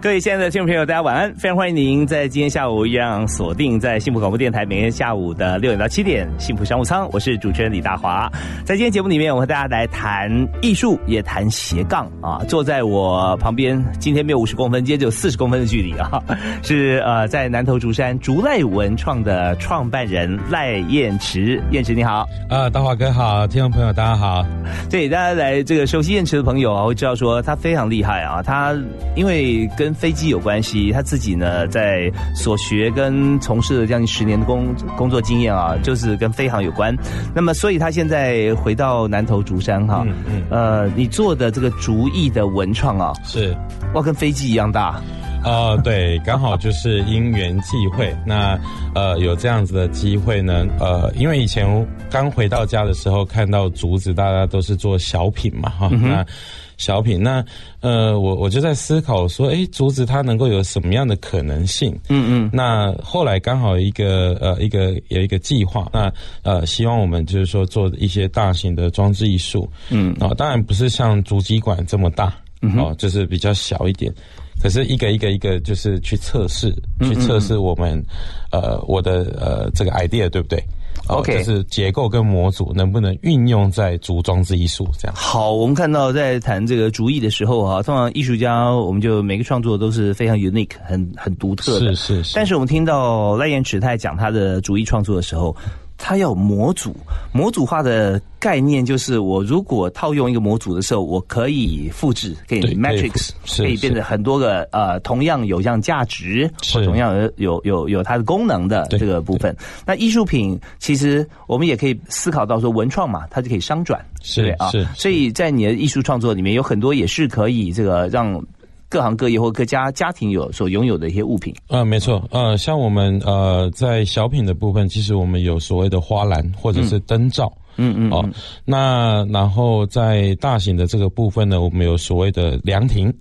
各位亲爱的听众朋友，大家晚安！非常欢迎您在今天下午一样锁定在幸福广播电台每天下午的六点到七点《幸福商务舱》，我是主持人李大华。在今天节目里面，我和大家来谈艺术，也谈斜杠啊。坐在我旁边，今天没有五十公分，今天只有四十公分的距离啊， 是呃在南头竹山竹赖文创的创办人赖燕池。燕池你好，啊，大华哥好，听众朋友大家好。对大家来这个熟悉燕池的朋友啊，会知道说他非常厉害啊。他因为跟飞机有关系，他自己呢在所学跟从事了将近十年的工工作经验啊，就是跟飞航有关。那么，所以他现在回到南投竹山哈、嗯嗯呃，你做的这个竹艺的文创啊，是，哇，跟飞机一样大，呃，对， 刚好就是因缘际会，那呃有这样子的机会呢，呃，因为以前刚回到家的时候，看到竹子，大家都是做小品嘛，哈、那小品，那呃，我我就在思考说，诶，竹子它能够有什么样的可能性？嗯嗯，那后来刚好一个呃一个有一个计划，那呃希望我们就是说做一些大型的装置艺术，嗯啊、当然不是像主机馆这么大，哦，就是比较小一点。可是一个一个一个就是去测试，嗯去测试我们呃我的呃这个 idea 对不对？哦 OK 就是结构跟模组能不能运用在组装之艺术这样？好，我们看到在谈这个竹艺的时候啊，通常艺术家我们就每个创作都是非常 unique，很很独特的是。是是，但是我们听到赖燕池他在讲他的主义创作的时候，他要模组，模组化的概念就是我如果套用一个模组的时候，我可以复制，可以对可以 matrix，是可以变得很多个呃同样有样价值，是或同样有呃有有有它的功能的对这个部分。那艺术品其实我们也可以思考到说文创嘛，它就可以商转，是对不对啊是是所以在你的艺术创作里面有很多也是可以这个让。各行各业或各家家庭有所拥有的一些物品，呃，没错，呃，像我们呃在小品的部分，其实我们有所谓的花篮或者是灯罩。嗯嗯，哦，那然后在大型的这个部分呢，我们有所谓的凉亭，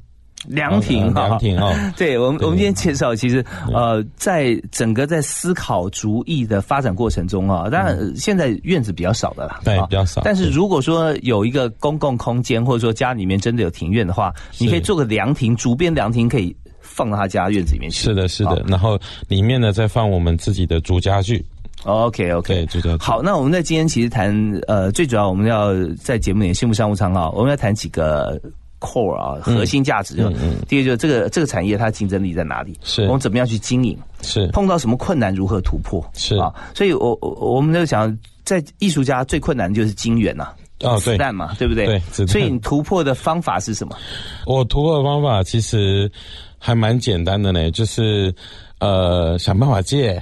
凉亭呃哈，凉亭哦，对我们，对我们今天介绍，其实呃，在整个在思考竹艺的发展过程中啊，当然呃现在院子比较少的啦，嗯对啊比较少但是如果说有一个公共空间，或者说家里面真的有庭院的话，你可以做个凉亭，竹编凉亭可以放到他家院子里面去。是的，是的好。然后里面呢，再放我们自己的竹家具， ，OK 对， OK。竹家具。好，那我们在今天其实谈呃，最主要我们要在节目里幸福商务舱啊，我们要谈几个 core 啊核心价值。嗯嗯第一个就是这个这个产业它的竞争力在哪里？是我们怎么样去经营？是碰到什么困难如何突破？是啊，所以我我我们就想，在艺术家最困难的就是金源呐、哦，子对，弹嘛，对不对？对子弹所以你突破的方法是 什么？我突破的方法其实还蛮简单的呢，就是呃想办法借。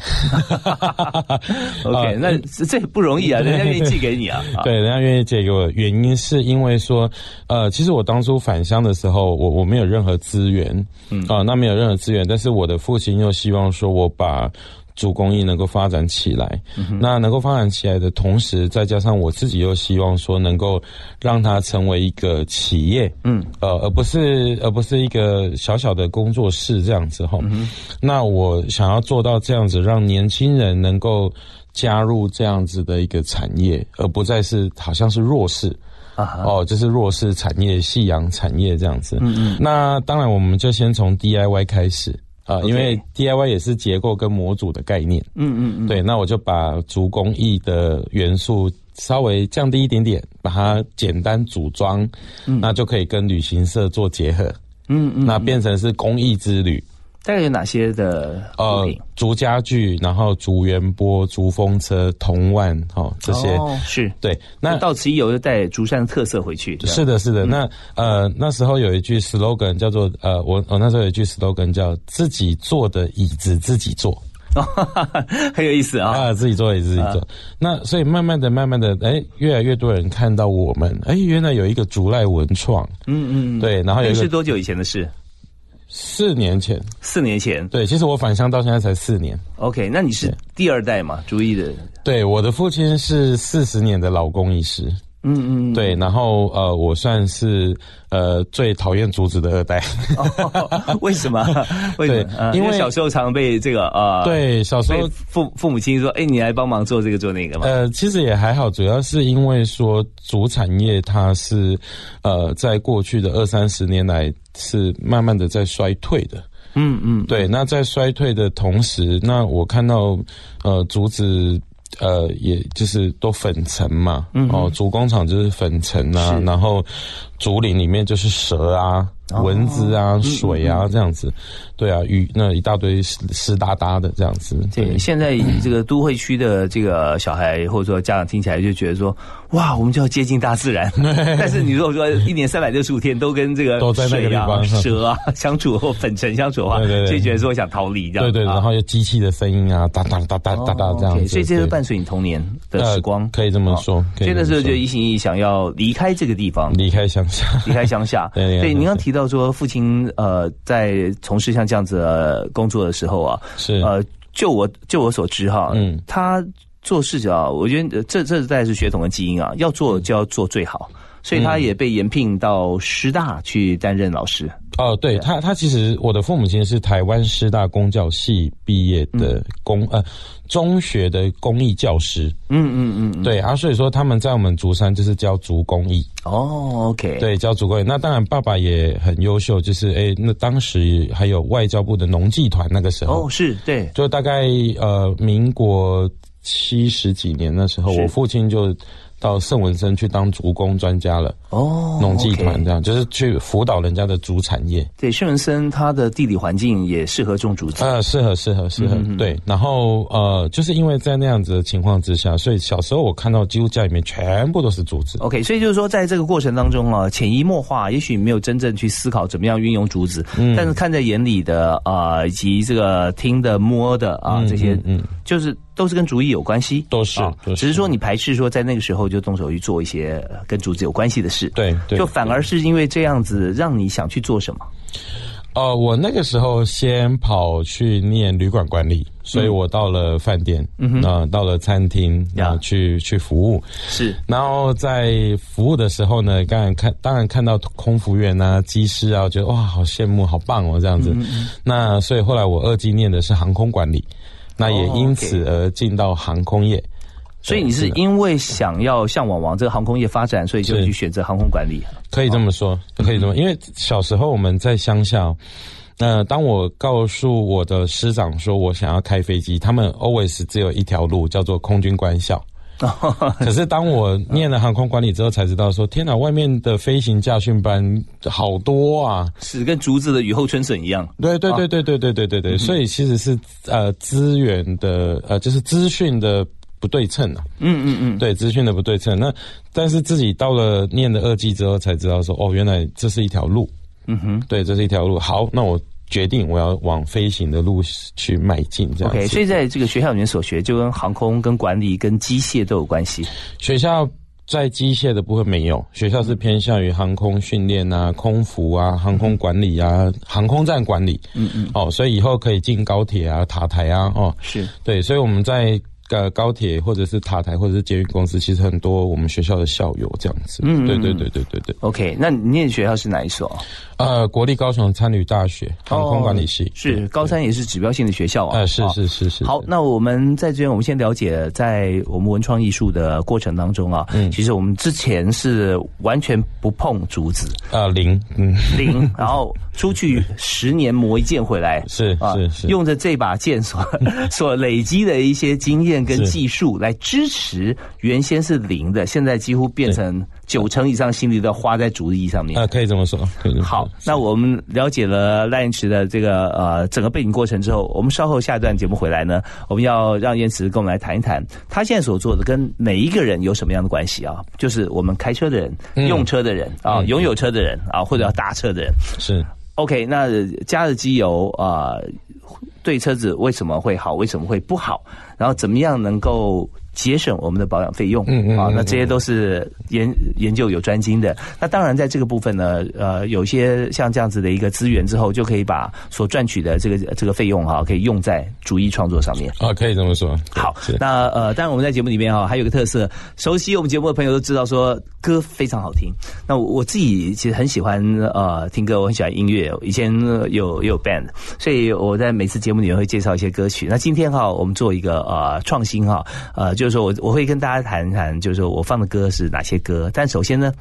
OK，、啊那这这也不容易 啊，人家愿意寄给你啊。啊，对，人家愿意借给我，原因是因为说，呃，其实我当初返乡的时候，我我没有任何资源，嗯啊、那没有任何资源，但是我的父亲又希望说我把。主工艺能够发展起来，那能够发展起来的同时，再加上我自己又希望说能够让它成为一个企业，嗯，呃，而不是而不是一个小小的工作室这样子哈。那我想要做到这样子，让年轻人能够加入这样子的一个产业，而不再是好像是弱势。啊哈哦，就是弱势产业、夕阳产业这样子。嗯嗯。那当然，我们就先从 DIY 开始啊、因为 DIY 也是结构跟模组的概念。嗯嗯嗯，对，那我就把竹工艺的元素稍微降低一点点，把它简单组装，那就可以跟旅行社做结合。嗯嗯，那变成是工艺之旅。大概有哪些的物呃品？，竹家具，然后竹圆波、竹风车、铜腕，哦，这些。哦、是。对，那就到此一游，就带竹山的特色回去。这样是的，是的。那呃，那时候有一句 slogan 叫做呃，我我那时候有一句 slogan 叫“自己做的椅子自己坐”。 很有意思啊。啊，自己做也自己做。那所以慢慢的、慢慢的，哎，越来越多人看到我们，哎，原来有一个竹赖文创，嗯嗯，对，然后有那一是个多久以前的事？四年前，四年前对，其实我返乡到现在才四年。 ，OK，那你是第二代嘛？主 意的，对，我的父亲是四十年的老工医师。嗯嗯，对，然后呃，我算是呃最讨厌竹子的二代。哦 为什么？为什么？对啊因为小时候常被这个啊，呃， 对，小时被候父父母亲说，哎，你来帮忙做这个做那个嘛。哦呃，其实也还好，主要是因为说主产业它是呃在过去的二三十年来是慢慢的在衰退的。嗯嗯，对，那在衰退的同时，那我看到呃竹子。呃，也就是都粉尘嘛，哦，竹工厂就是粉尘嗯啊是，哦然后竹林里面就是蛇啊、蚊嗯子啊、水啊这样子，对啊，雨那一大堆湿湿哒哒的这样子，对，现在这个都会区的这个小孩或者说家长听起来就觉得说，哇，我们就要接近大自 然。但是你如果说一年三百六十五天都跟这个都在那个水啊地方蛇啊相处或粉尘相处的话，对对对就觉得说想逃离这样。对对，啊然后有机器的声音啊，哒哒哒哒哒哒哦这样 OK，子，所以这对是伴随你童年的时光啊呃。可以这么说，可所以以那时候这就么一心一意想要离开这个地 方说，离开乡下，离开乡下。对离开乡下您刚提到说父亲呃在从事像这样子的工作的时候啊，是呃，就我就我所知哈，嗯他做事情啊，我觉得这这代是血统的基因啊，要嗯做就要做最好，所以他也被延聘到师大去担任老师。哦，对他，他其实我的父母亲是台湾师大公教系毕业的公、呃中学的公益教师，嗯嗯嗯，对啊，所以说他们在我们竹山就是教竹工艺，哦，OK，，对，教竹工艺。那当然爸爸也很优秀，就是哎，那当时还有外交部的农技团，那个时候、哦，是对，就大概呃民国七十几年那时候，是我父亲就到圣文森去当竹工专家了，哦，农技 OK 团这样，就是去辅导人家的竹产业。对，圣文森它的地理环境也适合种竹子。呃，适合，适合，适嗯合，对。然后呃，就是因为在那样子的情况之下，所以小时候我看到几乎家里面全部都是竹子。 OK，所以就是说，在这个过程当中啊，潜移默化，也许没有真正去思考怎么样运用竹子，嗯但是看在眼里的啊、以及这个听的、摸的啊、这些，嗯，就是都是跟竹艺有关系，都是啊，都只是说你排斥说在那个时候就动手去做一些呃跟竹子有关系的事，，对对，就反而是因为这样子让你想去做什么。呃，我那个时候先跑去念旅馆管理，所以我到了饭店，嗯，那到了餐厅，然后嗯呀去去服务。是然后在服务的时候呢，当然看当然看到空服员啊、机师啊，我觉得哇，好羡慕，好棒哦，这样子。嗯那所以后来我二技念的是航空管理，那也哦因此而进到航空业。所以你是是的因为想要向往往这个航空业发展，所以就是去选择航空管理。可以这么说，可以这么，因为小时候我们在乡下，那、当我告诉我的师长说我想要开飞机，他们 always 只有一条路，叫做空军官校。 可是当我念了航空管理之后，才知道说，天哪，外面的飞行驾训班好多啊！是跟竹子的雨后春笋一样。对对对对对对对对对，嗯所以其实是呃资源的呃就是资讯的不对称啊。嗯嗯嗯，对资讯的不对称。那但是自己到了念了二技之后，才知道说，哦，原来这是一条路。嗯哼。对，这是一条路。好，那我决定我要往飞行的路去迈进，这样子。 OK，所以在这个学校里面所学，就跟航空、跟管理、跟机械都有关系。学校在机械的部分没有，学校是偏向于航空训练啊、空服啊、航空管理啊、航空站管理。嗯嗯。哦，所以以后可以进高铁啊、塔台啊，哦，是对，所以我们在。呃，高铁或者是塔台或者是捷运公司，其实很多我们学校的校友这样子。嗯嗯嗯对对对对对对。 OK，那你念的学校是哪一所？呃，国立高雄参旅大学航空管理系、是高三也是指标性的学校啊。呃，是哦是是是。好，那我们在这边，我们先了解，在我们文创艺术的过程当中啊，嗯其实我们之前是完全不碰竹子呃，零，嗯， 零，然后出去十年磨一剑回来，是是是，啊用着这把剑所 所累积的一些经验跟是技术来支持原先是零的，现在几乎变成九成以上心力都花在主意上面。呃，可以这么说，可以这么说好，那我们了解了赖燕池的这个呃整个背景过程之后，我们稍后下一段节目回来呢，我们要让燕池跟我们来谈一谈他现在所做的跟每一个人有什么样的关系啊？就是我们开车的嗯人、用车的人啊、拥有车的人啊，或者要搭车的人。是 OK，那加了机油啊、呃对车子为什么会好，为什么会不好？然后怎么样能够节省我们的保养费用。嗯嗯啊，嗯那这些都是研研究有专精的。那当然，在这个部分呢，呃，有一些像这样子的一个资源之后，就可以把所赚取的这个这个费用哈、可以用在主义创作上面。啊，可以这么说。嗯对好是，那呃，当然我们在节目里面哈、还有一个特色，熟悉我们节目的朋友都知道说歌非常好听。那我我自己其实很喜欢呃听歌，我很喜欢音乐，以前呃有也有 band，所以我在每次节目里面会介绍一些歌曲。那今天哈、我们做一个呃创新哈、呃，就是说我我会跟大家谈一谈，就是说我放的歌是哪些歌。但首先呢，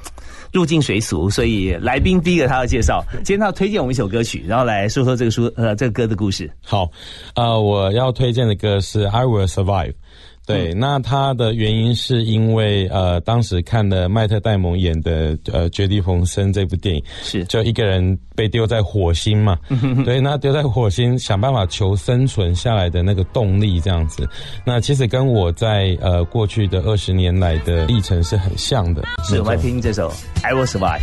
入境水俗，所以来宾第一个他要介绍，今天他要推荐我们一首歌曲，然后来说说这个书呃这个歌的故事。好，呃，我要推荐的歌是《I Will Survive》。对，嗯那它的原因是因为呃，当时看了麦特戴蒙演的呃《绝地逢生》这部电影，是就一个人被丢在火星嘛，嗯对，那丢在火星想办法求生存下来的那个动力这样子。那其实跟我在呃过去的二十年来的历程是很像的。是，我们来听这首《I Will Survive》。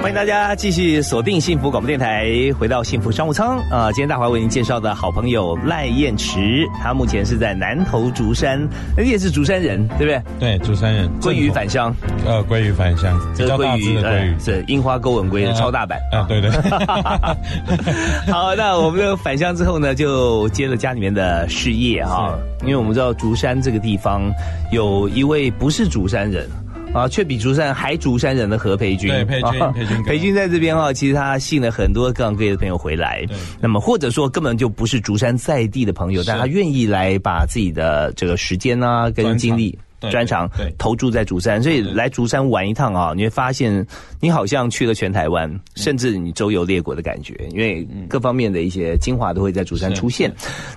欢迎大家继续锁定幸福广播电台，回到幸福商务舱。啊、今天大华为您介绍的好朋友赖燕池，他目前是在南投竹山，你也是竹山人，对不对？对，主持人，鲑鱼返乡，呃，鲑鱼返乡，比这个较大鲑只鱼，的鲑鱼呃，是樱花钩吻鲑的超大版。啊，对对。 好，那我们的返乡之后呢，就接了家里面的事业哈，因为我们知道竹山这个地方有一位不是竹山人。啊，却比竹山还竹山人的何培军，对培军啊培军哥培军在这边啊，其实他吸引了很多各行各业的朋友回来对，那么或者说根本就不是竹山在地的朋友，是但他愿意来把自己的这个时间啊跟专长精力。对专长对对投注在竹山，所以来竹山玩一趟啊，你会发现你好像去了全台湾，嗯甚至你周游列国的感觉，因为各方面的一些精华都会在竹山是出现。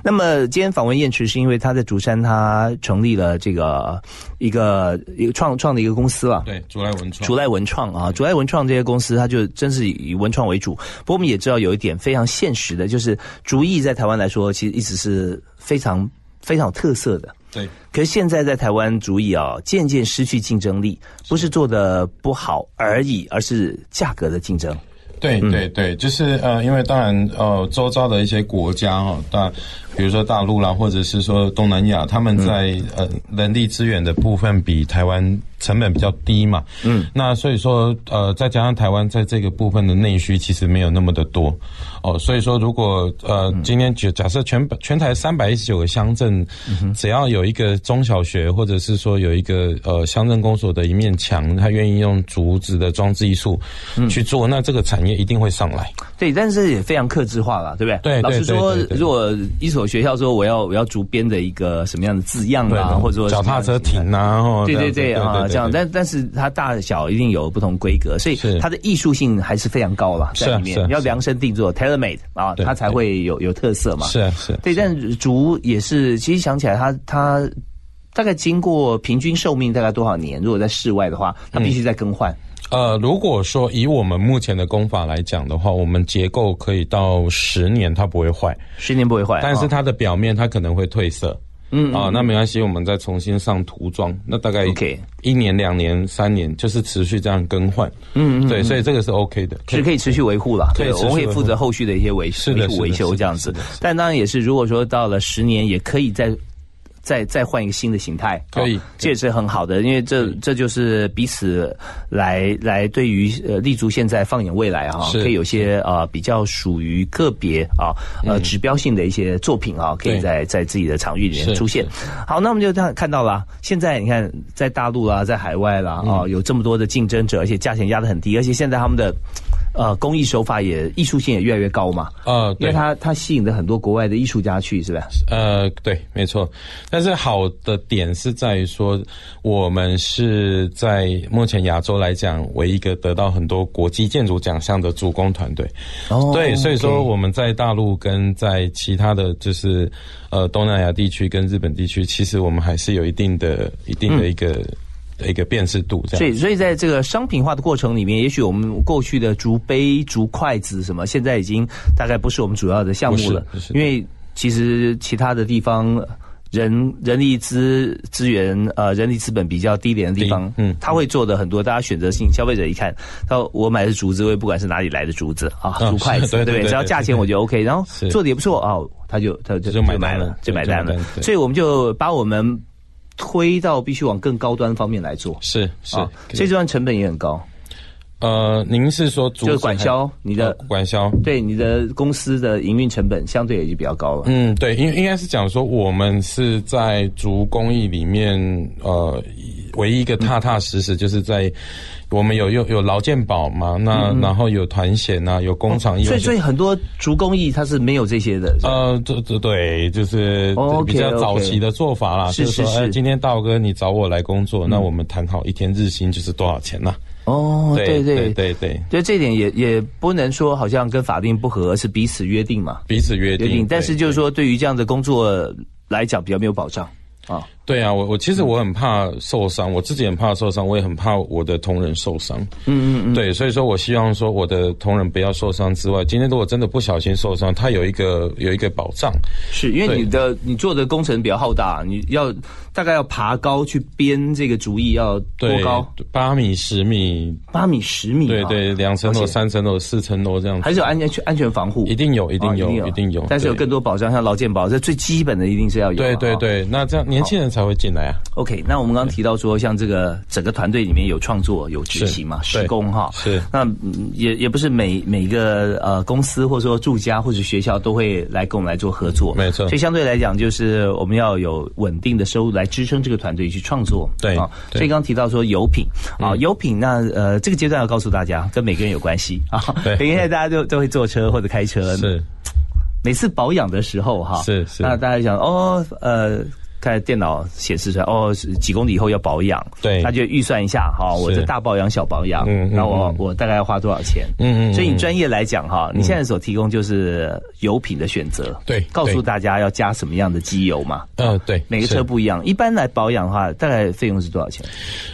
那么今天访问燕池，是因为他在竹山，他成立了这个一个一个创创的一个公司了。啊对，竹来文创，嗯竹赖文创啊，竹赖文创这些公司，它就真是以文创为主。不过我们也知道有一点非常现实的，就是竹艺在台湾来说，其实一直是非常非常有特色的。对，可是现在在台湾竹艺啊，渐渐失去竞争力，不是做的不好而已，而是价格的竞争。对对对，就是呃，因为当然呃，周遭的一些国家哦，大比如说大陆啦，或者是说东南亚，他们在、呃人力资源的部分比台湾成本比较低嘛，嗯，那所以说呃，再加上台湾在这个部分的内需其实没有那么的多哦，所以说如果呃嗯今天假假设全全台三百一十九个乡镇，嗯只要有一个中小学或者是说有一个呃乡镇公所的一面墙，他愿意用竹子的装置艺术嗯去做，那这个产业一定会上来。对，但是也非常克制化了，对不对？对对老实说对对，对如果一所学校说我要我要竹编的一个什么样的字样对啊，的，或者说脚踏车停。停啊，哦对对对样子啊，这样，但但是它大小一定有不同规格，所以是它的艺术性还是非常高了，是在啊里是面啊要是啊量身定做 tailor made 啊，对它才对会有有特色嘛。是啊是啊对，但竹也是，其实想起来它，它大概经过平均寿命大概多少年？如果在室外的话，它必须嗯再更换。呃，如果说以我们目前的工法来讲的话，我们结构可以到十年它不会坏，十年不会坏，但是哦它的表面它可能会褪色。嗯啊、那没关系，我们再重新上涂装，那大概 OK 一年、两年、三年，就是持续这样更换。嗯嗯，对，所以这个是 OK 的。是可以持续维护了，可以对，持续我们可以维护负责后续的一些维是的维护是的维修是的这样子是的是的。但当然也是，如果说到了十年，也可以再再再换一个新的形态，可以哦这也是很好的，因为这这就是彼此来来对于呃立足现在，放眼未来哈，是嗯可以有些呃比较属于个别啊呃指标性的一些作品啊，可以对在在自己的场域里面是出现。好，那我们就看看到了啊，现在你看在大陆啦，在海外啦嗯啊、有这么多的竞争者，而且价钱压得很低，而且现在他们的呃工艺手法也艺术性也越来越高嘛，呃，因为对，它它吸引了很多国外的艺术家去，是吧？呃，对，没错。但是好的点是在于说，我们是在目前亚洲来讲唯一一个得到很多国际建筑奖项的主攻团队。哦对，所以说 OK 我们在大陆跟在其他的就是呃东南亚地区跟日本地区，其实我们还是有一定的、一定嗯的一个、一个辨识度这所样。以，所以在这个商品化的过程里面，也许我们过去的竹杯、竹筷子什么，现在已经大概不是我们主要的项目了不是不，是因为其实其他的地方。人人力资资源呃人力资本比较低廉的地方低，嗯他会做的很多，大家选择性消费者一看，他我买的竹子，我也不管是哪里来的竹子啊，嗯竹筷子，是对不对对只要价钱我觉得 OK，然后是做的也不错啊，他就他就就买单了了，就买单就了买单，对所以我们就把我们推到必须往更高端方面来做是是啊，，可以所以这段成本也很高，呃，您是说竹就子是管销你还呃的管销？对你的公司的营运成本相对也就比较高了。嗯，对，因为应该是讲说，我们是在竹工艺里面，呃，唯一一个踏踏实实，就是在我们有有有劳健保嘛，那、然后有团险啊，有工厂嗯意哦所外以，险所以很多竹工艺它是没有这些的，是吧呃，对对对，就是哦，OK，比较早期的做法啦，是就是是说，哎，今天大哥你找我来工作，那我们谈好一天日薪就是多少钱呐、哦，对对对对对，对，这一点也也不能说好像跟法定不合，是彼此约定嘛，彼此约约定。定。但对是就是说，对于这样的工作来讲，比较没有保障啊。对啊，我我其实我很怕受伤，我自己很怕受伤，我也很怕我的同仁受伤。嗯嗯嗯，对，所以说我希望说我的同仁不要受伤之外，今天如果真的不小心受伤，他有一个有一个保障。是因为对你的你做的工程比较浩大，你要大概要爬高去编这个竹艺要多对高？，八米、十米，八米、十米、对啊，对，两层而楼、且三层楼、四层楼这样子，还是有安全安全防护，一定有，一定有，啊一定有。但是有对更多保障，像劳健保，这最基本的一定是要有啊。对对啊对，那这样年轻人才会进来啊。 OK，那我们刚刚提到说，像这个整个团队里面有创作、有执行嘛，是对施工哈，是那嗯也也不是每每一个呃公司或者说住家或者学校都会来跟我们来做合作，没错所以相对来讲，就是我们要有稳定的收入来支撑这个团队去创作，啊对对嗯所以刚刚提到说油品啊，油品那呃这个阶段要告诉大家，跟每个人有关系啊，对 因为大家都都会坐车或者开车，是每次保养的时候哈，是是那大家想哦，呃，看电脑显示出来哦，是几公里以后要保养，对他就预算一下哈，我是这大保养、小保养，嗯嗯那我我大概要花多少钱？嗯嗯嗯嗯所以你专业来讲哈，你现在所提供就是油品的选择，对告诉对大家要加什么样的机油嘛，呃，对，每个是车不一样。一般来保养的话，大概费用是多少钱？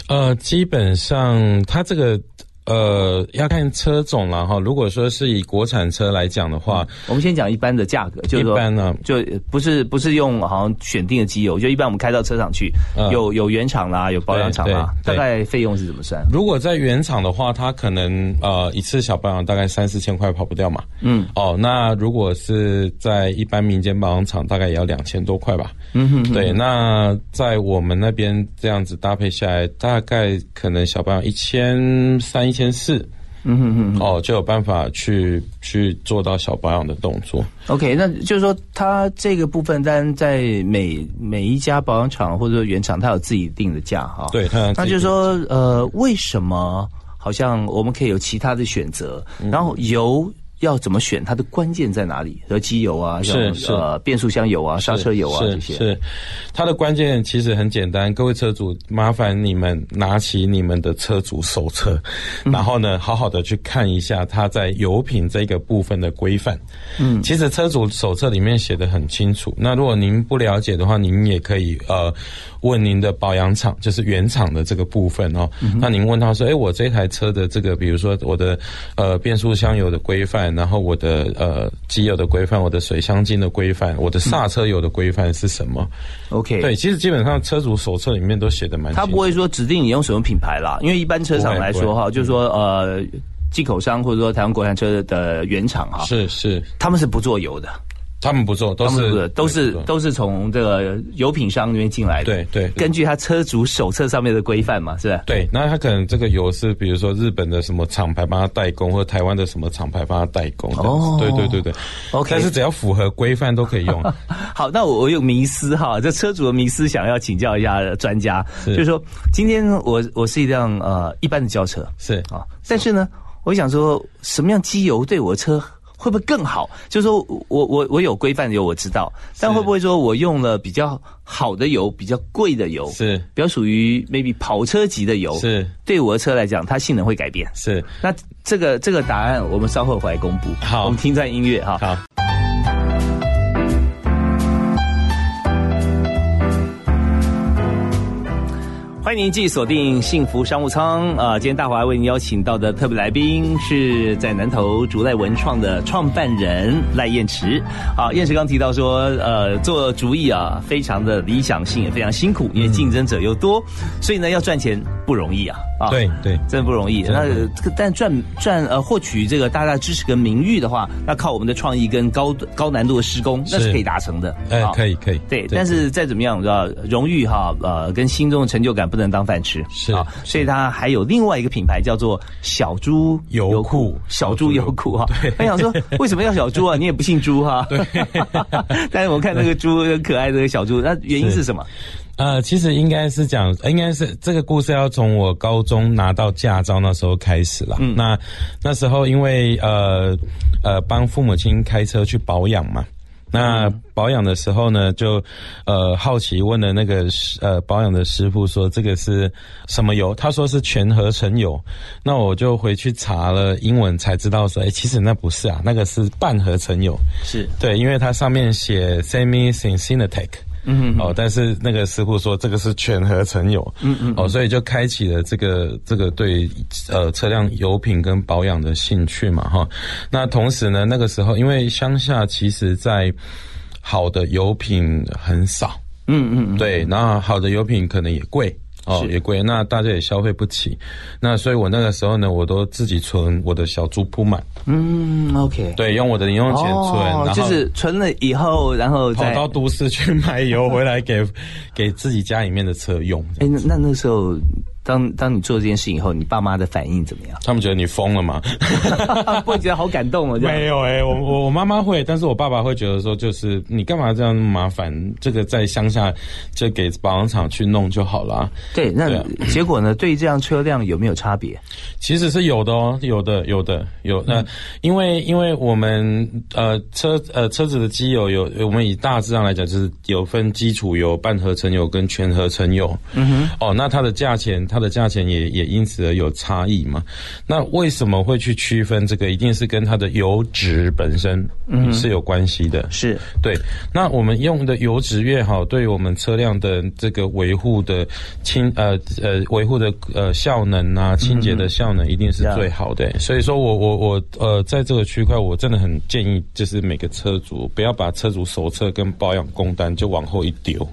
呃，基本上它这个呃要看车种啦哈。如果说是以国产车来讲的话，我们先讲一般的价格，就是一说。般呢、就不是不是用好像选定的机油，就一般我们开到车厂去，嗯有有原厂啦，有保养厂啦，对大对概费用是怎么算？如果在原厂的话，它可能呃一次小保养大概三四千块跑不掉嘛。嗯，哦，那如果是在一般民间保养厂，大概也要两千多块吧。嗯哼对，那在我们那边这样子搭配下来，大概可能小保养一千三、一千四。嗯哼哼，哦，就有办法去去做到小保养的动作。 OK，那就是说它这个部分，当然在每每一家保养厂或者说原厂，它有自己定的价哈。，对，它那就是说呃，为什么好像我们可以有其他的选择？嗯然后油要怎么选？它的关键在哪里？和机油啊，是像是呃变速箱油啊、刹车油啊是这些。是，它的关键其实很简单，各位车主，麻烦你们拿起你们的车主手册，嗯然后呢，好好的去看一下它在油品这个部分的规范。嗯，其实车主手册里面写的很清楚。那如果您不了解的话，您也可以呃问您的保养厂，就是原厂的这个部分哦。那您问他说，哎，我这台车的这个，比如说我的呃变速箱油的规范，然后我的呃机油的规范，我的水箱精的规范，我的刹车油的规范是什么？ OK，对，其实基本上车主手册里面都写的蛮清他楚。不会说指定你用什么品牌啦，因为一般车厂来说哈，嗯就是说呃，进口商或者说台湾国产车的原厂哈，是是，他们是不做油的，他们不做，都他们是都是都是从这个油品商那边进来的，对对根据他车主手册上面的规范嘛，是吧？对，那他可能这个油是比如说日本的什么厂牌帮他代工，或台湾的什么厂牌帮他代工这样子。哦对对对对。 OK 但是只要符合规范都可以用。好，那我我有迷思哈，这车主的迷思想要请教一下专家，就是说今天我我是一辆呃一般的轿车，是啊。但是呢，我想说，什么样机油对我的车会不会更好？就是说我我我有规范的油我知道，但会不会说我用了比较好的油、比较贵的油，是比较属于 maybe 跑车级的油，是对我的车来讲，它性能会改变。是，那这个这个答案我们稍后回来公布。好我们听一段音乐哈。好。欢欢迎您继续锁定幸福商务舱啊、呃！今天大华为您邀请到的特别来宾是在南投竹赖文创的创办人赖燕池。啊，燕池刚提到说，呃，做竹艺啊，非常的理想性，也非常辛苦，因为竞争者又多，所以呢，要赚钱不容易啊！啊，对对真不容易。真那的这个但赚赚呃获取这个大家支持跟名誉的话，那靠我们的创意跟高高难度的施工，那是是可以达成的。哎、啊可以可以，对，但是再怎么样，我知道荣誉哈，呃，跟心中的成就感不能当饭吃，啊是所以它还有另外一个品牌叫做小猪油库小猪油库哈。我想 说，为什么要小猪啊？你也不姓猪哈。对， 但是我看那个猪很可爱，那个小猪，那原因是什么？呃，其实应该是讲，呃应该是这个故事要从我高中拿到驾照那时候开始啦。那那时候因为呃呃帮父母亲开车去保养嘛。那保养的时候呢，就呃好奇问了那个师呃保养的师傅说这个是什么油？他说是全合成油。那我就回去查了英文才知道说，哎、其实那不是啊，那个是半合成油。是对，因为它上面写 semi synthetic。嗯哦，但是那个师傅说这个是全合成油，嗯嗯，哦，所以就开启了这个这个对呃车辆油品跟保养的兴趣嘛哈。那同时呢，那个时候因为乡下其实在好的油品很少，嗯嗯嗯，对，那好的油品可能也贵。哦，是也贵，那大家也消费不起，那所以我那个时候呢，我都自己存我的小猪铺满，嗯，OK。哦对，用我的零用钱存，然后就是存了以后，然后跑再到都市去买油回来 给给自己家里面的车用，哎，那那那时候，当当你做这件事以后，你爸妈的反应怎 么样？ 他们觉得你疯了吗？不会觉得好感动哦？这样 没有哎、我我我妈妈会，但是我爸爸会觉得说，就是你干嘛这样那么麻烦？这个在乡下就给保养厂去弄就好啦。对，那对啊结果呢？对于这辆车辆有没有差别？其实是有的哦，有的，有的，有。那、因为因为我们呃车呃车子的机油有，我们以大致上来讲，就是有分基础油、半合成油跟全合成油。嗯哼。哦，那它的价钱，它的价钱也也因此而有差异嘛。那为什么会去区分这个？一定是跟它的油脂本身是有关系的。是对，那我们用的油脂越好，对于我们车辆的这个维护的清呃呃维护的呃效能啊，清洁的效能一定是最好的、所以说我我我呃，在这个区块，我真的很建议，就是每个车主不要把车主手册跟保养工单就往后一丢，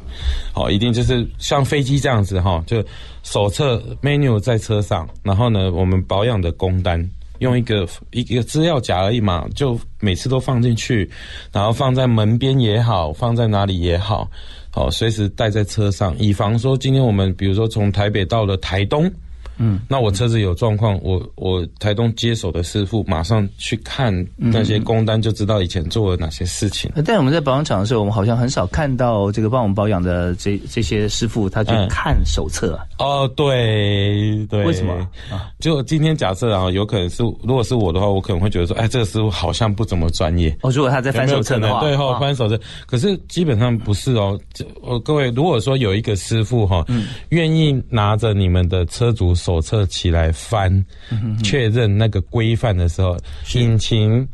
好，一定就是像飞机这样子哈，就手册 menu 在车上，然后呢，我们保养的工单。用一个一个资料夹而已嘛，就每次都放进去，然后放在门边也好，放在哪里也好，哦，随时带在车上，以防说今天我们比如说从台北到了台东，嗯，那我车子有状况，我我台东接手的师傅马上去看嗯那些工单，就知道以前做了哪些事情。呃但我们在保养厂的时候，我们好像很少看到这个帮我们保养的这这些师傅，他去嗯看手册啊。哦，对对，为什么？啊就今天假设啊，有可能是如果是我的话，我可能会觉得说，哎，这个师傅好像不怎么专业，哦，如果他在翻手册的话，有没有可能对哈、啊翻手册。可是基本上不是哦，这呃，各位，如果说有一个师傅哈、嗯愿意拿着你们的车主手册起来翻，嗯确认那个规范的时候，引擎、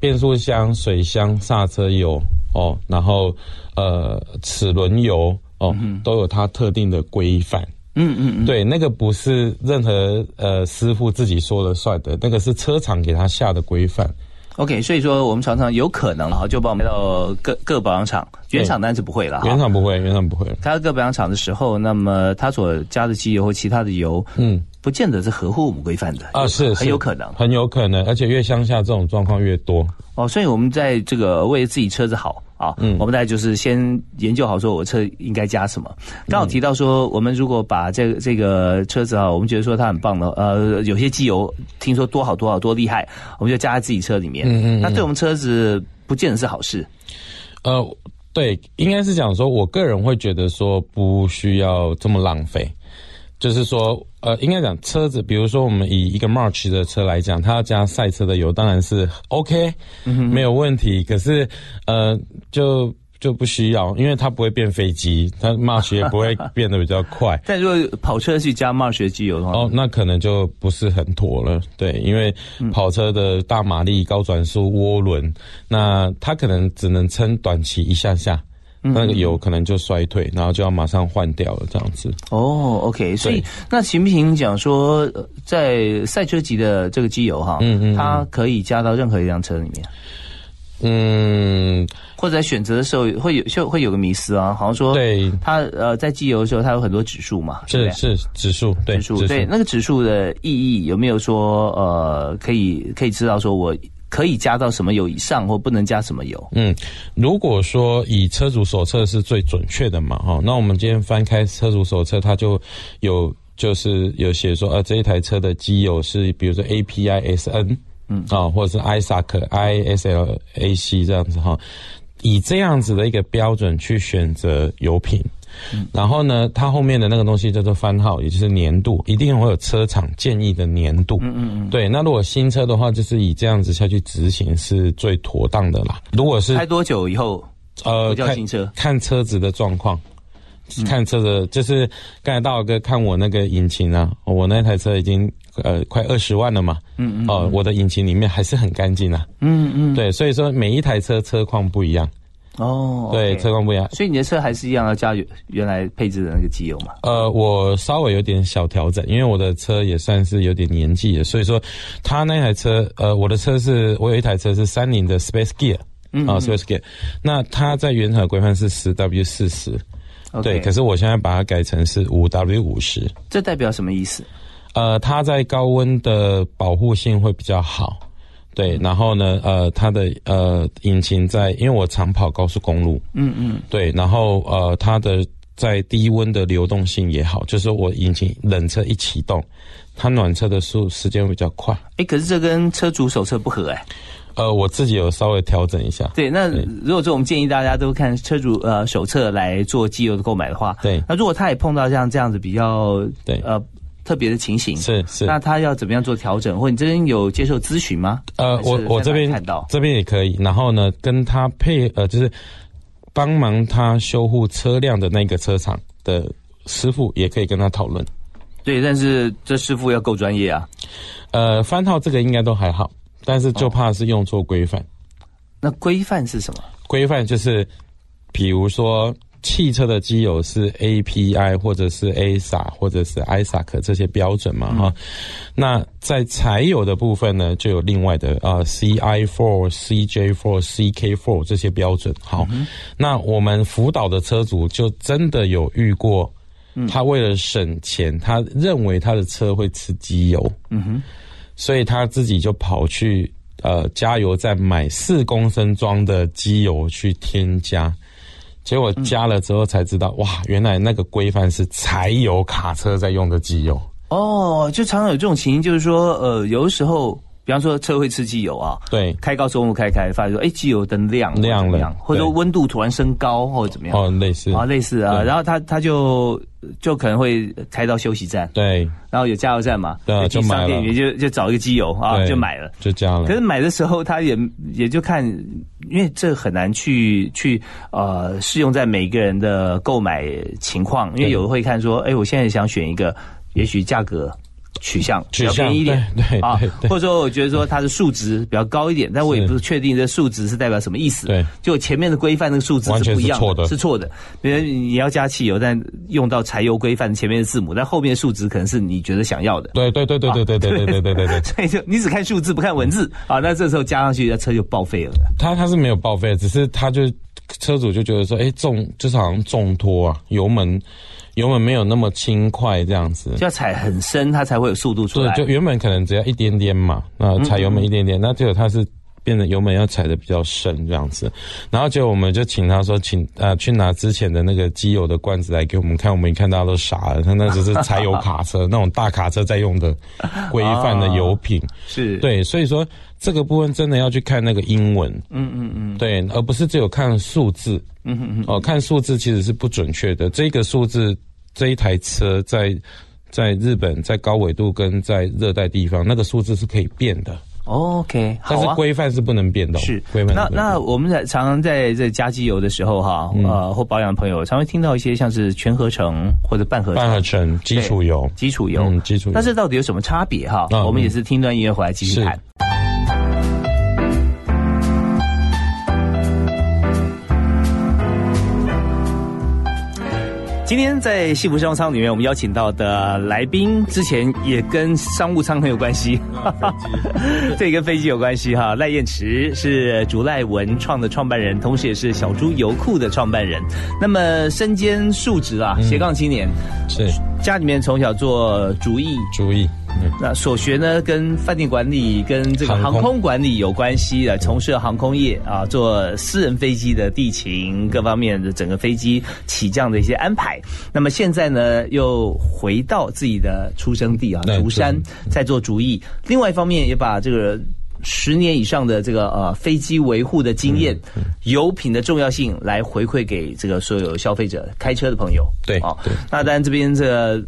变速箱、水箱、刹车油哦，然后呃齿轮油哦，都有它特定的规范。嗯嗯嗯，对，那个不是任何呃师傅自己说了算的，那个是车厂给他下的规范。 OK，所以说我们常常有可能哈，就把我们带到各各保养厂，原厂当然是不会了哈原。厂不会，原厂不会。开到各保养厂的时候，那么他所加的机油或其他的油，嗯，不见得是合乎我们规范的啊，是很是有可能。很有可能，而且越乡下这种状况越多。哦，所以我们在这个为自己车子好啊，嗯我们大概就是先研究好说我车应该加什么。刚好提到说，我们如果把这这个车子啊，我们觉得说它很棒的，呃，有些机油听说多好多好多厉害，我们就加在自己车里面。嗯嗯那对我们车子不见得是好事。呃，对，应该是讲说，我个人会觉得说不需要这么浪费，就是说，呃，应该讲车子，比如说我们以一个 March 的车来讲，它要加赛车的油，当然是 OK，、没有问题。可是，呃，就。就不需要，因为它不会变飞机，它 March 也不会变得比较快。但如果跑车去加 March 的机油的话，哦，那可能就不是很妥了，对，因为跑车的大马力、高转速、涡轮，那它可能只能撑短期一下下。嗯那个油可能就衰退，然后就要马上换掉了这样子。哦，OK，所以那行不行讲说，呃在赛车级的这个机油哈，嗯嗯嗯它可以加到任何一辆车里面，嗯，或者在选择的时候会有就会有个迷思啊，好像说对，它呃在机油的时候它有很多指数嘛，对不是对？是指数，对指数对那个指数的意义有没有说呃可以可以知道说我可以加到什么油以上或不能加什么油？嗯，如果说以车主手册是最准确的嘛，哈，那我们今天翻开车主手册，它就有就是有写说，呃，这一台车的机油是比如说 API SN，嗯，啊、或者是 ISAC、ISLAC 这样子哈，以这样子的一个标准去选择油品。然后呢，它后面的那个东西叫做番号，也就是年度，一定会有车厂建议的年度。嗯嗯嗯。对，那如果新车的话，就是以这样子下去执行是最妥当的啦。如果是开多久以后呃不叫嗯看新车？看车子的状况，看车子就是刚才大老哥看我那个引擎啊，我那台车已经呃快二十万了嘛，嗯嗯，哦、我的引擎里面还是很干净啊，嗯嗯对，所以说每一台车车况不一样，哦，对， OK 车况不一样，所以你的车还是一样要加原原来配置的那个机油嘛？呃，我稍微有点小调整，因为我的车也算是有点年纪了，所以说他那台车，呃，我的车是我有一台车是三菱的 Space Gear 啊、Space 嗯 Gear，那它在原厂规范是十 W 四十，对， OK 可是我现在把它改成是五 W 五十，这代表什么意思？呃，它在高温的保护性会比较好。对，嗯然后呢，呃，它的呃引擎在，因为我常跑高速公路，嗯嗯，对，然后呃，它的在低温的流动性也好，就是我引擎冷车一启动，它暖车的速时间会比较快。哎，可是这跟车主手册不合哎、呃，我自己有稍微调整一下。对，那如果说我们建议大家都看车主呃手册来做机油的购买的话，对那如果他也碰到像这样子比较对呃特别的情形，是是，那他要怎么样做调整？或你这边有接受咨询吗？呃还，是我我在这哪里边看到这边也可以，然后呢，跟他配呃，就是帮忙他修护车辆的那个车厂的师傅也可以跟他讨论。对，但是这师傅要够专业啊。呃，番号这个应该都还好，但是就怕是用错规范。那规范是什么？规范就是，比如说汽车的机油是 API 或者是 ASA 或者是 ISAC 这些标准嘛哈、那在柴油的部分呢，就有另外的啊、CI four、CJ four、CK four 这些标准。好、那我们辅导的车主就真的有遇过。他为了省钱，他认为他的车会吃机油，嗯哼，所以他自己就跑去呃加油站买四公升装的机油去添加，结果加了之后才知道，哇，原来那个规范是柴油卡车在用的机油。哦，就常常有这种情形，就是说呃，有的时候，比方说车会吃机油啊，对，开高速公路开开，发现说，哎，机油灯亮了亮或者怎了么样或者说对温度突然升高，或者怎么样，哦，类似，啊，类似啊，对然后他他就就可能会开到休息站，对，然后有加油站嘛，对啊就去就买商店了里面就就找一个机油啊，对嗯就买了。就加可了是。买的时候，他也也就看，因为这很难去去呃适用在每个人的购买情况，因为对有的会看说，哎，我现在想选一个，也许价格取向比较取向便宜一点，对对啊对，对或者说我觉得说它的数值比较高一点，但我也是不是确定这数值是代表什么意思，对，就前面的规范那个数字完是全不一样是错的是错的，比如你要加汽油，但用到柴油规范前面的字母，但后面的数值可能是你觉得想要的。 对对对对对对对对对对对对，所以就你只看数字不看文字嗯啊，那这时候加上去，那车就报废了。他他是没有报废，只是他就车主就觉得说，哎，重就是好像重拖啊，油门油门没有那么轻快这样子，就要踩很深，它才会有速度出对来，。就原本可能只要一点点嘛，那踩油门一点点，那结果他是变得油门要踩的比较深这样子，然后结果我们就请他说，请呃去拿之前的那个机油的罐子来给我们看，我们一看大家都傻了，他那只是柴油卡车那种大卡车在用的规范的油品，是，对，所以说这个部分真的要去看那个英文，嗯嗯嗯，对，而不是只有看数字，嗯嗯嗯，哦，看数字其实是不准确的。这个数字，这一台车在在日本在高纬度跟在热带地方，那个数字是可以变的， ，OK，好但是啊。规范是不能变的哦、是，规范那是不能变那我们在常常在这加机油的时候哈，嗯呃，或保养的朋友，常会听到一些像是全合成或者半合半合成成基础油，基础油，嗯，基础油，那这到底有什么差别哈？嗯我们也是听段音乐回来继续是谈。今天在幸福商务舱里面，我们邀请到的来宾之前也跟商务舱很有关系，啊 这跟飞机有关系哈。赖燕池是竹赖文创的创办人，同时也是小猪油库的创办人。那么身兼数职嗯啊，斜杠青年，是家里面从小做竹艺，注意，嗯，那所学呢，跟饭店管理、跟这个航空航空管理有关系的，从事航空业啊，做私人飞机的地勤各方面的整个飞机起降的一些安排。那么现在呢，又回到自己的出生地啊，对竹山，在做竹艺。另外一方面，也把这个。十年以上的这个呃飞机维护的经验，嗯油品的重要性来回馈给这个所有消费者、开车的朋友。对哦对，那当然这边这个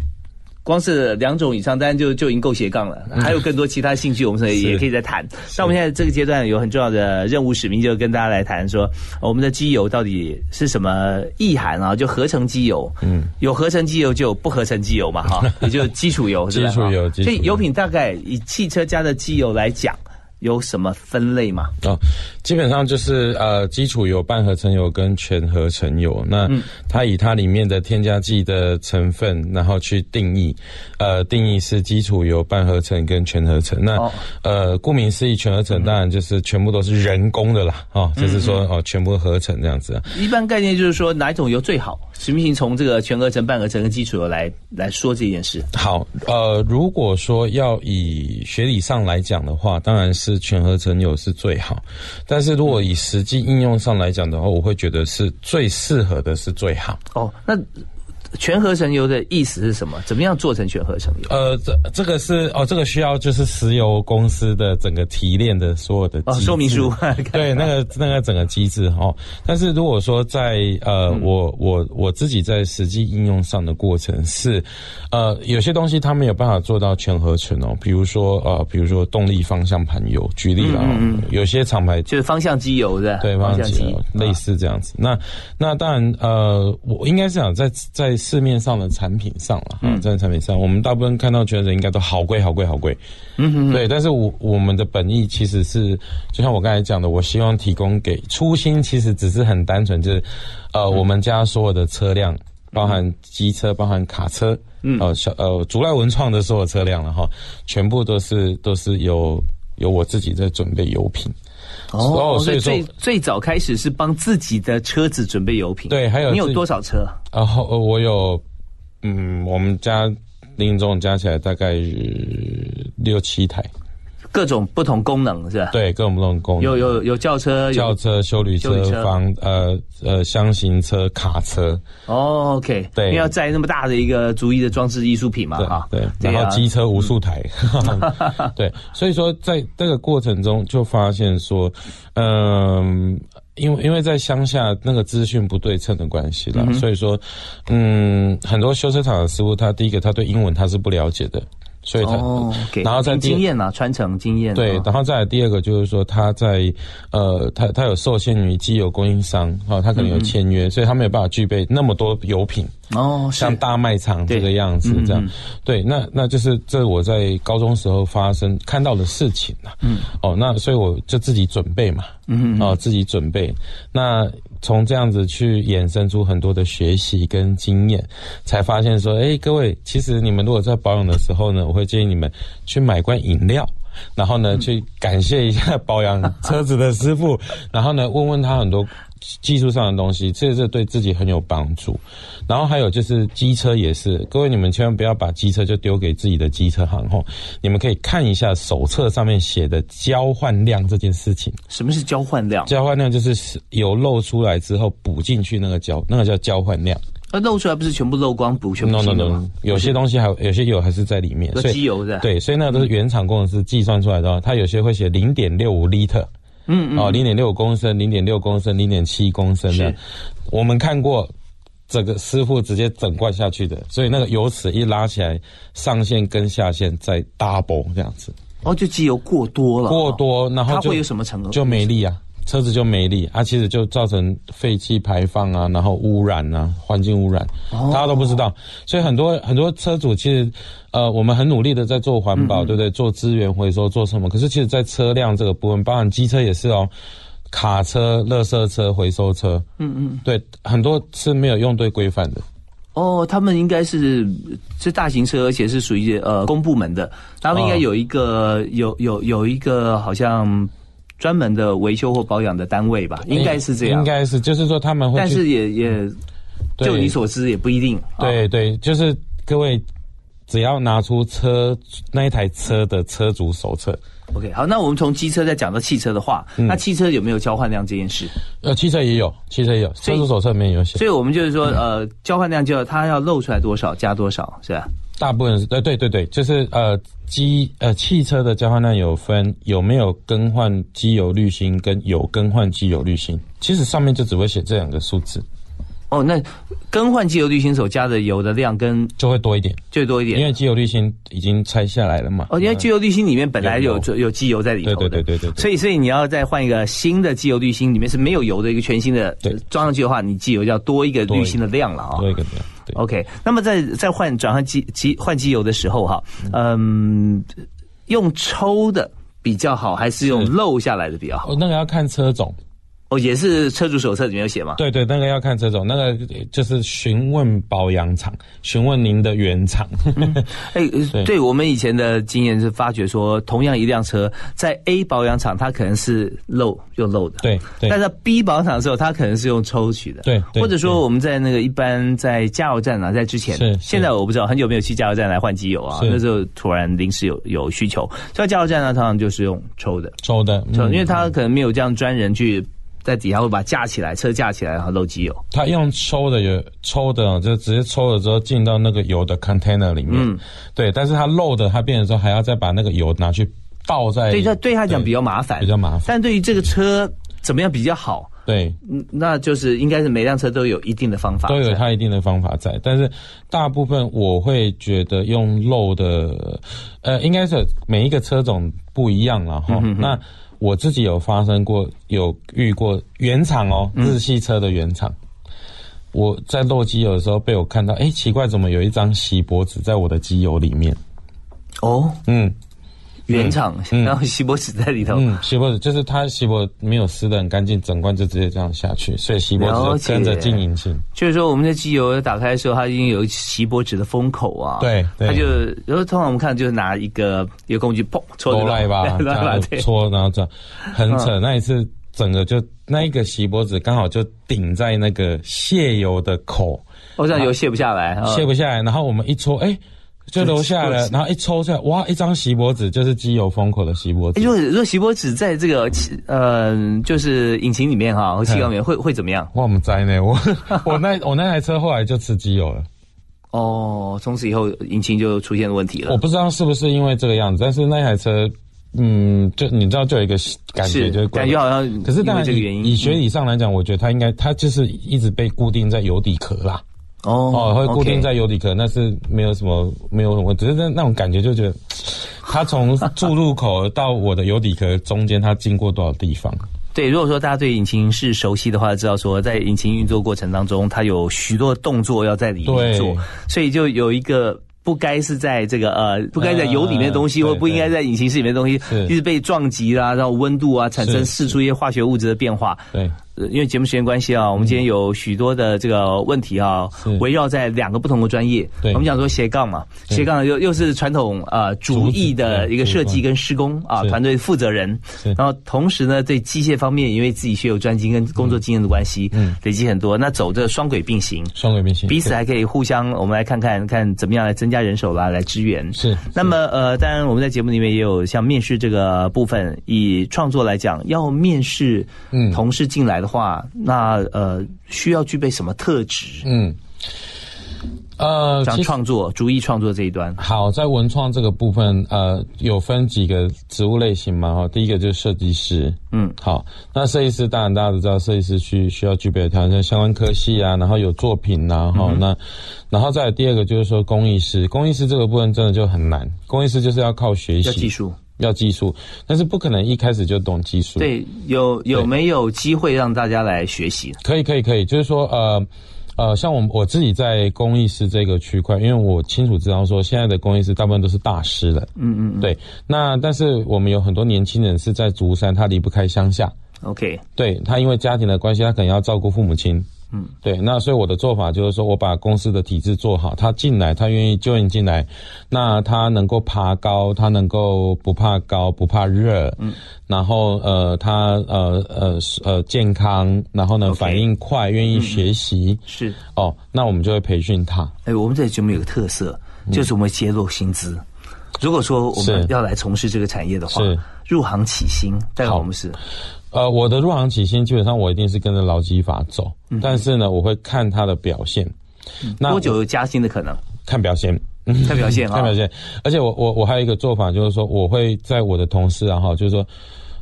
光是两种以上，当然就就已经够斜杠了，嗯还有更多其他兴趣，我们也也可以再谈。那我们现在这个阶段有很重要的任务使命，就是跟大家来谈说，呃我们的机油到底是什么意涵啊？就合成机油，嗯，有合成机油就有不合成机油嘛， 哈，也就是基础油，是吧基础油哈基础所油以油品大概以汽车加的机油来讲，有什么分类吗？哦，基本上就是呃，基础油、半合成油跟全合成油。那它以它里面的添加剂的成分，然后去定义，呃，定义是基础油、半合成跟全合成。那、哦呃，顾名思义，全合成当然就是全部都是人工的啦，哦，就是说哦，全部合成这样子。一般概念就是说哪一种油最好？行不行？从这个全合成、半合成跟基础油来来说这件事。好，呃，如果说要以学理上来讲的话，当然是全合成油是最好。但是如果以实际应用上来讲的话，我会觉得是最适合的是最好。哦，那全合成油的意思是什么？怎么样做成全合成油？呃，这这个是哦，这个需要就是石油公司的整个提炼的所有的哦，机制说明书。 对，那个那个整个机制哦，但是如果说在呃，嗯我我我自己在实际应用上的过程是，呃，有些东西它没有办法做到全合成哦，比如说呃，比如说动力方向盘油，举例嗯了、哦，有些厂牌就是方向机油的，对方方向啊机油类似这样子。那那当然，呃，我应该是想在在市面上的产品上了，哈在产品上，我们大部分看到全人应该都好贵，好贵，好贵。嗯哼对，但是我我们的本意其实是，就像我刚才讲的，我希望提供给初心，其实只是很单纯，就是呃，我们家所有的车辆。包含机车，包含卡车，嗯，呃，小呃，竹赖文创的所有车辆了哈，全部都是都是由由我自己在准备油品，哦，哦所所以以最说最早开始是帮自己的车子准备油品。对还有你有自己多少车？然后呃我有，嗯，我们家林总加起来大概呃六七台，各种不同功能是吧？，对，各种不同功能，有有有轿车，轿有车、修理修车理车、房呃呃箱型车、卡车，哦，OK，对因为要载那么大的一个足艺的装置艺术品嘛，对哈，对，对然啊后机车无 数台，对，所以说在这个过程中就发现说，嗯、因为因为在乡下那个资讯不对称的关系啦，所以说，嗯，很多修车厂的师傅他第一个他对英文他是不了解的，所以他、哦，OK，然后再凭第二经验啊，传承经验啊，对，然后再来第二个就是说，他在呃，他他有受限于机油供应商啊、哦，他可能有嗯签约，所以他没有办法具备那么多油品，哦，是像大卖场这个样子这样。对，那那就是这我在高中时候发生看到的事情啊。嗯，哦，那所以我就自己准备嘛，嗯，哦，自己准备。那从这样子去衍生出很多的学习跟经验，才发现说，哎，各位，其实你们如果在保养的时候呢，我会建议你们去买罐饮料。然后呢，去感谢一下 保养车子的师傅，然后呢，问问他很多技术上的东西，这这对自己很有帮助。然后还有就是机车也是，各位你们千万不要把机车就丢给自己的机车行吼，你们可以看一下手册上面写的交换量这件事情。什么是交换量？交换量就是油漏出来之后补进去那个交，那个叫交换量。那啊露出来不是全部漏光补，全部 no 新 no 的 no，吗有些东西还有有些油还是在里面，有所以机油的，，对，所以那个都是原厂工程师计算出来的哦，它有些会写零点六五 liter，嗯哦，零点六公升、零点六公升、零点七公升的是，我们看过。这个师傅直接整罐下去的，所以那个油尺一拉起来，上限跟下限再 double 这样子，哦，就机油过多了，过多，然后它就会有什么成就没力啊，车子就没力啊，其实就造成废气排放啊，然后污染啊，环境污染，哦大家都不知道，所以很多很多车主其实，呃，我们很努力的在做环嗯保，对不对？做资源回收，做什么？可是其实，在车辆这个部分，包含机车也是哦。卡车、垃圾车、回收车，嗯嗯，对，很多是没有用对规范的，哦，他们应该是是大型车，而且是属于呃公部门的，他哦们应该有一个、有有有一个好像专门的维修或保养的单位吧，应该是这样。哎应该是就是说他们会但去，嗯是也也对就你所知也不一定。啊对对，就是各位只要拿出车那一台车的车主手册， OK，好，那我们从机车再讲到汽车的话，嗯那汽车有没有交换量这件事？呃，汽车也有，汽车也有，以车主手册里面有写，所以我们就是说，嗯呃，交换量就要它要露出来多少加多少，是吧？大部分是呃对对对，就是呃机呃汽车的交换量有分有没有更换机油滤芯跟有更换机油滤芯，其实上面就只会写这两个数字，哦，那更换机油滤芯所加的油的量跟就会多一点，最多一点，因为机油滤芯已经拆下来了嘛。哦，因为机油滤芯里面本来有有有有机油在里头的，嗯对对对对对对所以所以你要再换一个新的机油滤芯，里面是没有油的一个全新的对装上去的话，你机油要多一个多一滤个芯的量了啊、多一个点，对。 OK，那么在在换转换机机换机油的时候哈，嗯，用抽的比较好，还是用是漏下来的比较好？哦，那个要看车种，哦，也是车主手册里面有写嘛。对对，那个要看车种，那个就是询问保养厂，询问您的原 厂。哎、呃对对我们以前的经验是发觉说，同样一辆车在 A 保养厂，它可能是漏用漏的，对对但在 B 保养厂的时候，它可能是用抽取的，对对或者说对我们在那个一般在加油站啊，在之前是，是现在我不知道，很久没有去加油站来换机油啊，是那时候突然临时有有需求，所以加油站呢，通常就是用抽的，抽的，抽，嗯因为它可能没有这样专人去在底下会把架起来，车架起来然后漏机油，他用抽的有抽的哦，就直接抽了之后进到那个油的 container 里面。对，但是他漏的，他变成说还要再把那个油拿去倒在。所以它对他讲比较麻烦，哎比较麻烦。但对于这个车怎么样比较好？对，嗯，那就是应该是每辆车都有一定的方法，都是有吧它一定的方法在，但是大部分我会觉得用漏的，呃，应该是每一个车种不一样了嗯哈。那我自己有发生过，有遇过原厂哦，嗯日系车的原厂。我在漏机油的时候被我看到，哎、奇怪，怎么有一张锡箔纸在我的机油里面？哦，嗯原厂，然后锡箔纸在里头，嗯，锡箔纸就是它锡箔没有撕的很干净，整罐就直接这样下去，所以锡箔了纸解就跟着进引擎。就是说我们的机油打开的时候，它已经有锡箔纸的封口啊，，对，对它就然后通常我们看就是拿一个一个工具砰戳抽赖来 吧，来吧，然后对，嗯搓，然后 这样很扯。那一次整个就那一个锡箔纸刚好就顶在那个卸油的口，我这样油卸不下来，啊卸不下来。然后我们一搓，哎，就留下就了。是然后一抽出来，哇，一张锡箔纸就是机油封口的锡箔哎纸如，果如果锡箔纸在这个气呃，就是引擎里面哈，和气缸里嗯面会会怎么样？哇，我们 栽呢，我我那我那台车后来就吃机油了。哦，从此以后引擎就出现问题我了。不知道是不是因为这个样子，但是那台车，嗯，就你知道，就有一个感觉，是就是怪感觉好像，可是因当为然这个以原因，嗯以学理上来讲，我觉得它应该它就是一直被固定在油底壳啦。哦哦，会固 OK 定在油底壳，那是没有什么没有什么，只是那那种感觉就觉得，它从注入口到我的油底壳中间，它经过多少地方？对，如果说大家对引擎是熟悉的话，知道说在引擎运作过程当中，它有许多动作要在里面对做，所以就有一个。不该是在这个呃，不该在油里面的东西，嗯或对不应该在引擎室里面的东西，是一直被撞击啦、然后温度啊，产生是释出一些化学物质的变化。对，呃因为节目时间关系啊，我们今天有许多的这个问题啊是，围绕在两个不同的专业。对我们讲说斜杠嘛，对斜杠又又是传统呃主义的一个设计跟施工啊，是团队负责人。是然后同时呢，对机械方面，因为自己学有专精跟工作经验的关系，累积很多，那走这双轨并行，双轨并行，彼此还可以互相，我们来看看看怎么样来增加人手啦，来支援。是那么呃，当然我们在节目里面也有像面试这个部分，以创作来讲，要面试嗯同事进来的话，那呃需要具备什么特质？嗯，呃，像其实创作、主意创作这一端，好，在文创这个部分，呃，有分几个职务类型嘛？哈，第一个就是设计师，嗯，好，那设计师当然大家都知道，设计师需需要具备的条件，相关科系啊，然后有作品呐、啊，嗯哈、那然后再有第二个就是说工艺师，工艺师这个部分真的就很难，工艺师就是要靠学习，要技术。要技术，但是不可能一开始就懂技术，，对，有有对没有机会让大家来学习？可以，可以，可以，就是说，呃，呃，像我我自己在工艺师这个区块，因为我清楚知道说，现在的工艺师大部分都是大师了，嗯嗯对。那但是我们有很多年轻人是在竹山，他离不开乡下， OK，对他因为家庭的关系，他可能要照顾父母亲，嗯，对，那所以我的做法就是说我把公司的体制做好，他进来，他愿意 join 进来，那他能够爬高，他能够不怕高，不怕热，嗯，然后呃，他呃呃呃健康，然后呢 OK 反应快，愿意学习，是，哦，那我们就会培训他。哎，我们这节目有个特色，就是我们揭露薪资。如果说我们嗯是要来从事这个产业的话是，入行起薪大概好我们是呃，我的入行起薪基本上我一定是跟着劳基法走，但是呢，我会看他的表现。那多我久有加薪的 可能？看表现？看表现啊看表，现。而且我我我还有一个做法，就是说我会在我的同事啊哈，就是说，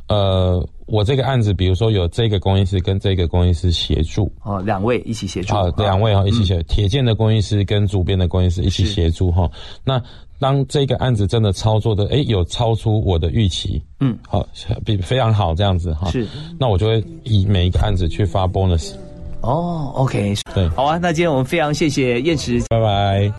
呃，我这个案子，比如说有这个工艺师跟这个工艺师协助。哦，两位一起协助嗯啊，，两位哈一起协，铁剑的工艺师跟主编的工艺师一起是协助哈。那当这个案子真的操作的，诶，有超出我的预期，嗯，好，比非常好这样子哈。是，那我就会以每一个案子去发 bonus。哦，OK，对好啊，那今天我们非常谢谢燕池拜拜。